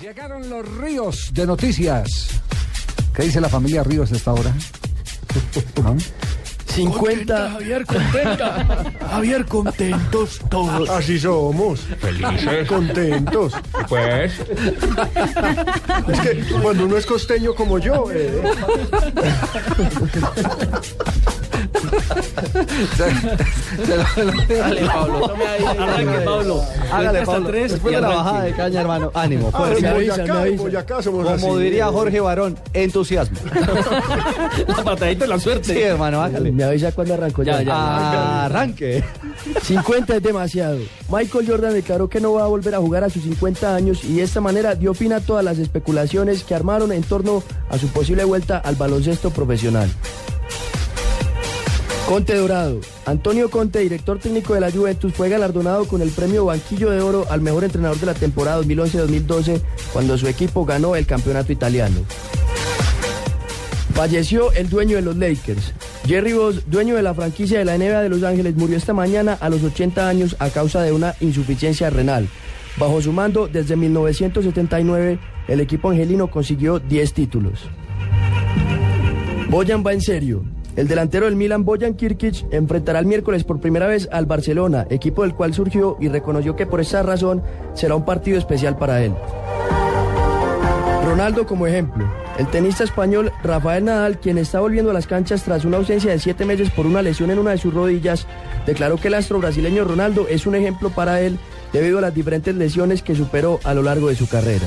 Llegaron los ríos de noticias. ¿Qué dice la familia Ríos a esta hora? ¿Ah? 50. Javier, contenta. Javier, contentos todos. Así somos. Felices. Contentos. Pues, Es que cuando uno es costeño como yo, eh, Dale, Pablo. Tome ahí. Arranque, Pablo. Hágale, Pablo. Tres Después de la bajada de caña, hermano. Ánimo, en avisa, fuerza. me Boyacá, en avisa. Boyacá somos así. eh, Como diría Jorge Barón, entusiasmo. La patadita de la suerte. Sí, hermano, hágale. Me avisa cuando arranco ya. Arranque. 50 es demasiado. Michael Jordan declaró que no va a volver a jugar a sus 50 años y de esta manera dio fin a todas las especulaciones que armaron en torno a su posible vuelta al baloncesto profesional. Conte Dorado. Antonio Conte, director técnico de la Juventus, fue galardonado con el premio Banquillo de Oro al mejor entrenador de la temporada 2011-2012 cuando su equipo ganó el campeonato italiano. Falleció el dueño de los Lakers. Jerry Boss, dueño de la franquicia de la NBA de Los Ángeles, murió esta mañana a los 80 años a causa de una insuficiencia renal. Bajo su mando, desde 1979, el equipo angelino consiguió 10 títulos. Boyan va en serio. El delantero del Milan, Boyan Kirkic, enfrentará el miércoles por primera vez al Barcelona, equipo del cual surgió y reconoció que por esa razón será un partido especial para él. Ronaldo como ejemplo. El tenista español Rafael Nadal, quien está volviendo a las canchas tras una ausencia de siete meses por una lesión en una de sus rodillas, declaró que el astro brasileño Ronaldo es un ejemplo para él debido a las diferentes lesiones que superó a lo largo de su carrera.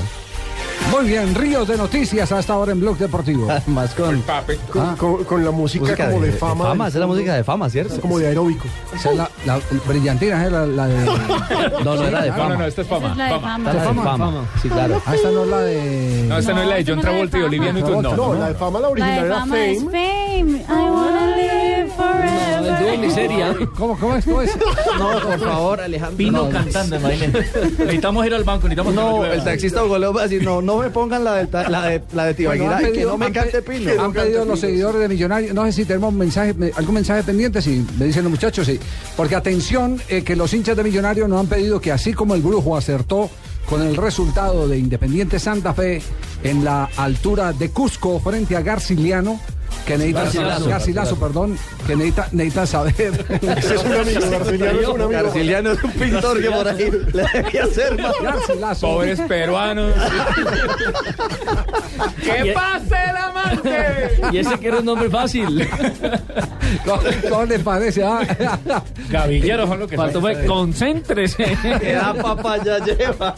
Muy bien, ríos de noticias hasta ahora en Blog Deportivo. Más con. papi. Con, con- con la música, como de, fama. fama, esa es la música de fama, Es ¿cierto? Como de aeróbico. Esa es la, la- el brillantina, ¿eh? la, la de. Ah, No, no era de No, no, no, fama. esta es Esa Pues, fama. es Esta es fama. la de fama. la de Fama, fama. Sí, claro. Ah, esta no es la de. Ah, No, esta no es la de No, John esa no es Travolta la de y fama. Olivia Newton. No, No, no, la de fama, la La original de era fama es Fame. fame. I wanna live forever. miseria. ¿Cómo, cómo es? ¿Cómo es? No, por favor, Alejandro. Pino cantando, Necesitamos ir al banco, necesitamos No, el taxista Ugoleo va a decir, no, no me pongan la, del ta- la de, la de Bueno, Tibaquirá, han que pedido- no me han pe- cante Pino. Han pedido los seguidores de Millonarios. No sé si tenemos mensaje, me- algún mensaje pendiente, si me dicen los muchachos, sí. Porque atención, eh, que los hinchas de Millonarios nos han pedido que así como el brujo acertó con el resultado de Independiente Santa Fe en la altura de Cusco frente a Garciliano, que necesita Garcilaso, Garcilaso, perdón, que necesita, necesita saber. Ese es un amigo, Garciliano es un amigo. Garciliano es un pintor que por ahí le debía hacer más. Garcilaso. Pobres peruanos. e- ¡Que pase el amante! Y ese que era un nombre fácil. ¿Cómo, cómo les parece? ah? Gavilleros son lo que son. concéntrese. Que la papa ya lleva.